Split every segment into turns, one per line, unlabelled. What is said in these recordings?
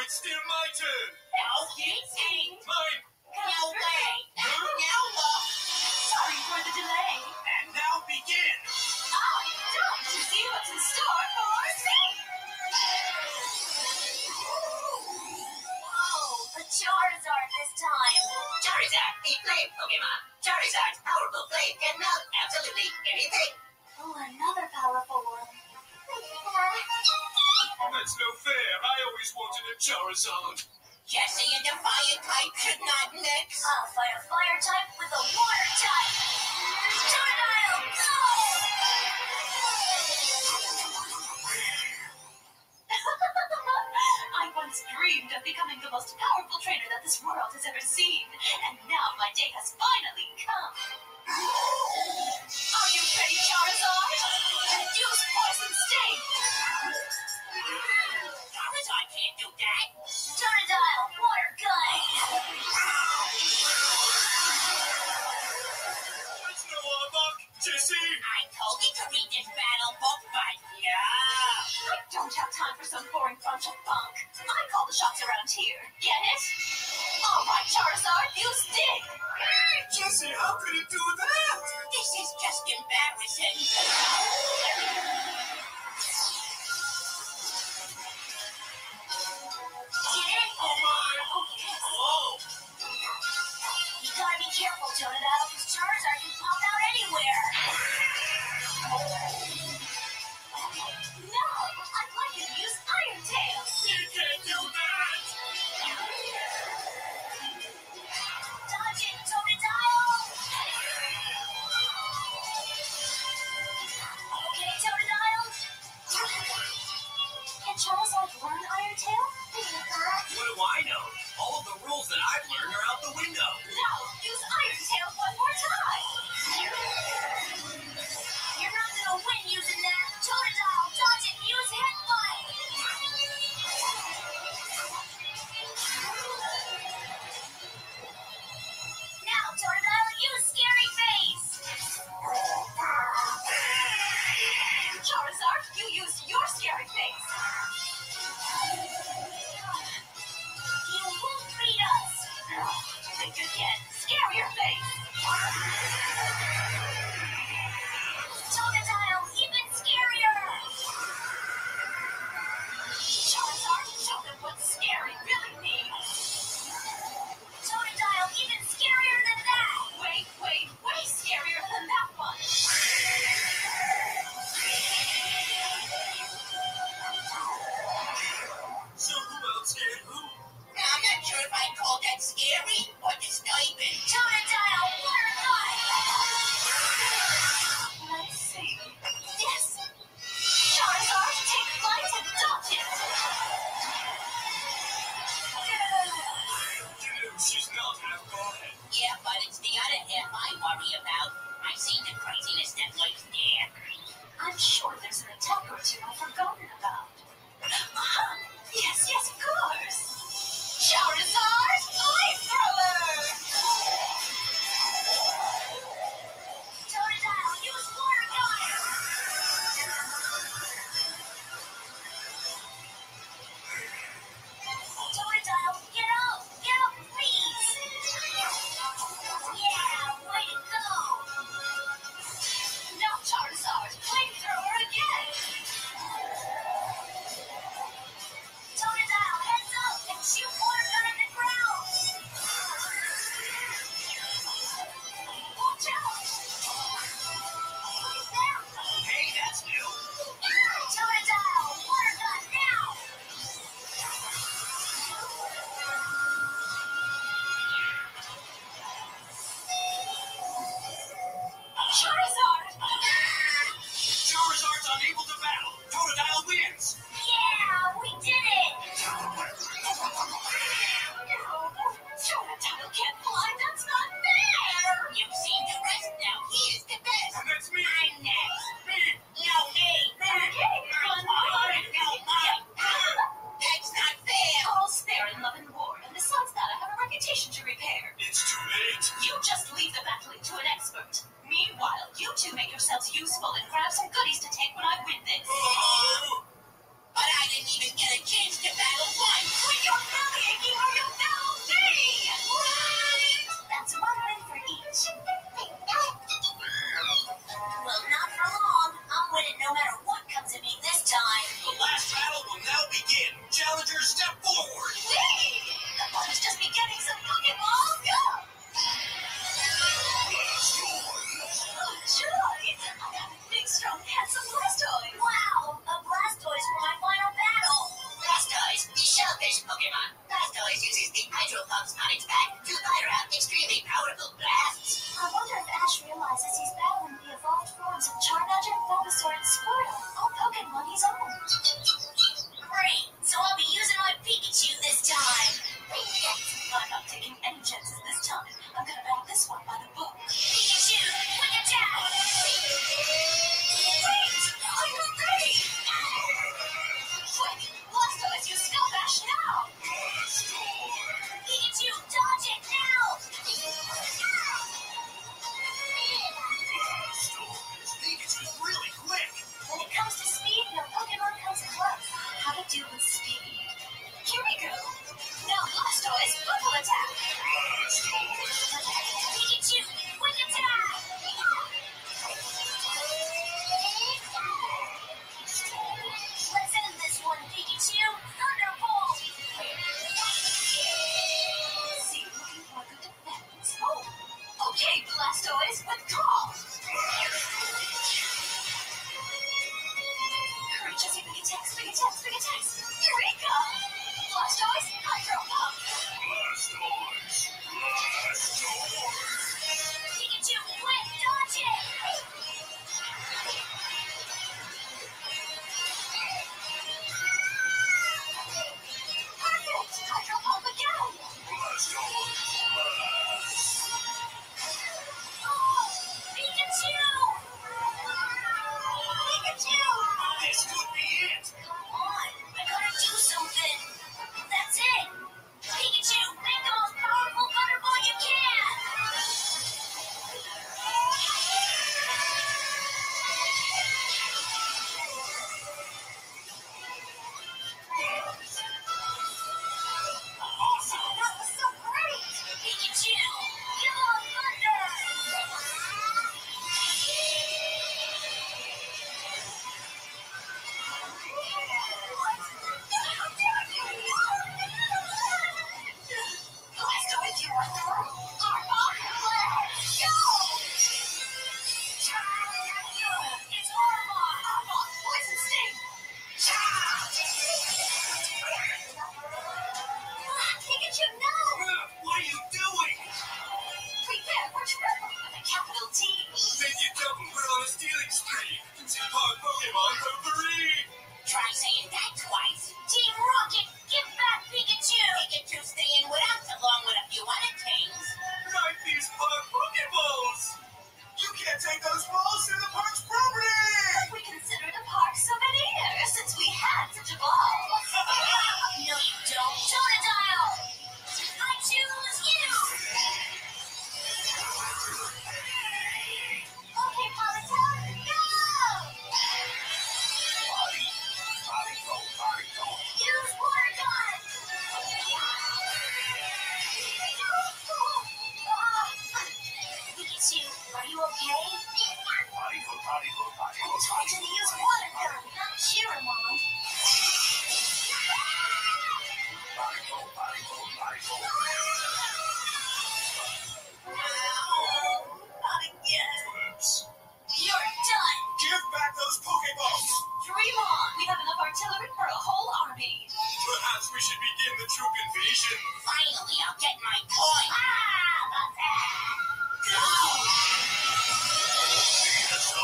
It's still my turn.
No, you didn't.
Mine.
No way. Now look. Sorry for the delay.
And now begin.
Oh,
I don't to see what's in store for me. Oh, a Charizard this time.
Charizard, the flame Pokemon. Charizard's powerful flame can melt absolutely anything.
Oh, another powerful one.
That's no fair. I always wanted a Charizard.
Jesse, a defiant type should not mix.
I'll fight a Ah, fire type with a water type. Turnile, go! I once dreamed of becoming the most powerful trainer that this world has ever seen, and now my day has finally come. Are you ready, Charizard? Use poison sting!
Charizard can't do that.
Turnile, water gun!
That's no Arbok. Jesse.
I told you to read this battle book, but no.
I don't have time for some boring bunch of bunk. I call the shots around here. Get it?
Oh,
All right, Charizard, you stick.
Jesse, how could it do that?
This is just embarrassing.
Get it?
Oh my. Oh,
Okay.
Whoa.
You gotta be careful, Totodile, because Charizard can pop out anywhere. No, I'd like you to use Iron Tail.
You can't do that.
Dive Uh-huh.
Pokemon. Blastoise uses the Hydro Pumps on its back to fire out extremely powerful blasts.
I wonder if Ash realizes he's battling the evolved forms of Charmander, Bulbasaur, and Squirtle, all Pokemon he's owned. Great! So I'll be using my Pikachu this time! I'm not taking any chances this time. I'm gonna battle this one by the book. Pikachu, quick attack! Wait! Are you ready? Quick! Blastoise, you scalp Ash now! Pikachu, dodge it now!
Pikachu's really quick.
When it comes to speed, no Pokemon comes close. How to deal with speed? Here we go. Now Blastoise, bubble attack. Pikachu, quick attack. Let's end this one, Pikachu. Thunderbolt. See, looking for the defense. Oh, okay, Blastoise, with call. Courage as he big attacks, big attacks, big attacks. Eureka! Blastoise, Hydro Pump.
Blastoise! Blastoise!
Pikachu, quick, dodge it! Perfect! Hydro Pump again!
Blastoise! Blast!
Oh, Pikachu! Pikachu!
This could be it.
Come on, I gotta do something. That's it. Pikachu, make the most powerful butterball you can. Awesome, that was so great. Pikachu, give off thunder. Blastoise, you are through. Arbok, let's go! Charmander, it's Arbok. Arbok, poison sting. Ah, Pikachu, no!
What are you doing?
Prepare for trouble with a capital T. E.
Make it double, we're on a stealing spree! Consider Pokemon Potpourri!
Try saying that twice. Team Rocket, give back Pikachu.
Pikachu's staying with us along with a few other things.
Like these park Pokeballs! You can't take those balls through the park's program!
We consider the park souvenir since we had such a ball. no, you don't. Totodile! I choose you! Okay, Politoed, go!
Body, body, roll, body, roll.
Use water gun! Pikachu, are you okay?
Body, roll, body, roll, body,
I
roll.
told you to use water gun, not cheer, Mom.
Body, roll, body, roll, body, roll.
Not again.
Whoops.
You're done.
Give back those Pokeballs!
Dream on. We have enough artillery for a whole army.
Perhaps we should begin the troop invasion.
Finally, I'll get my coin.
Ah, that's it.
Venusaur.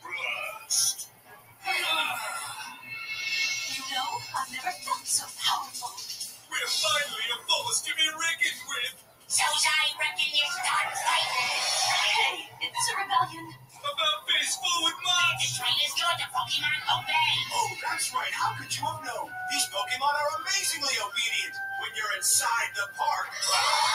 Blast.
You know, I've never felt so powerful.
We're finally a force to be reckoned with.
So I reckon you start fighting.
Hey, it's a rebellion.
About face forward march.
The trainers go to Pokemon Obey.
Oh, that's right. How could you have known? These Pokemon are amazingly obedient when you're inside the park.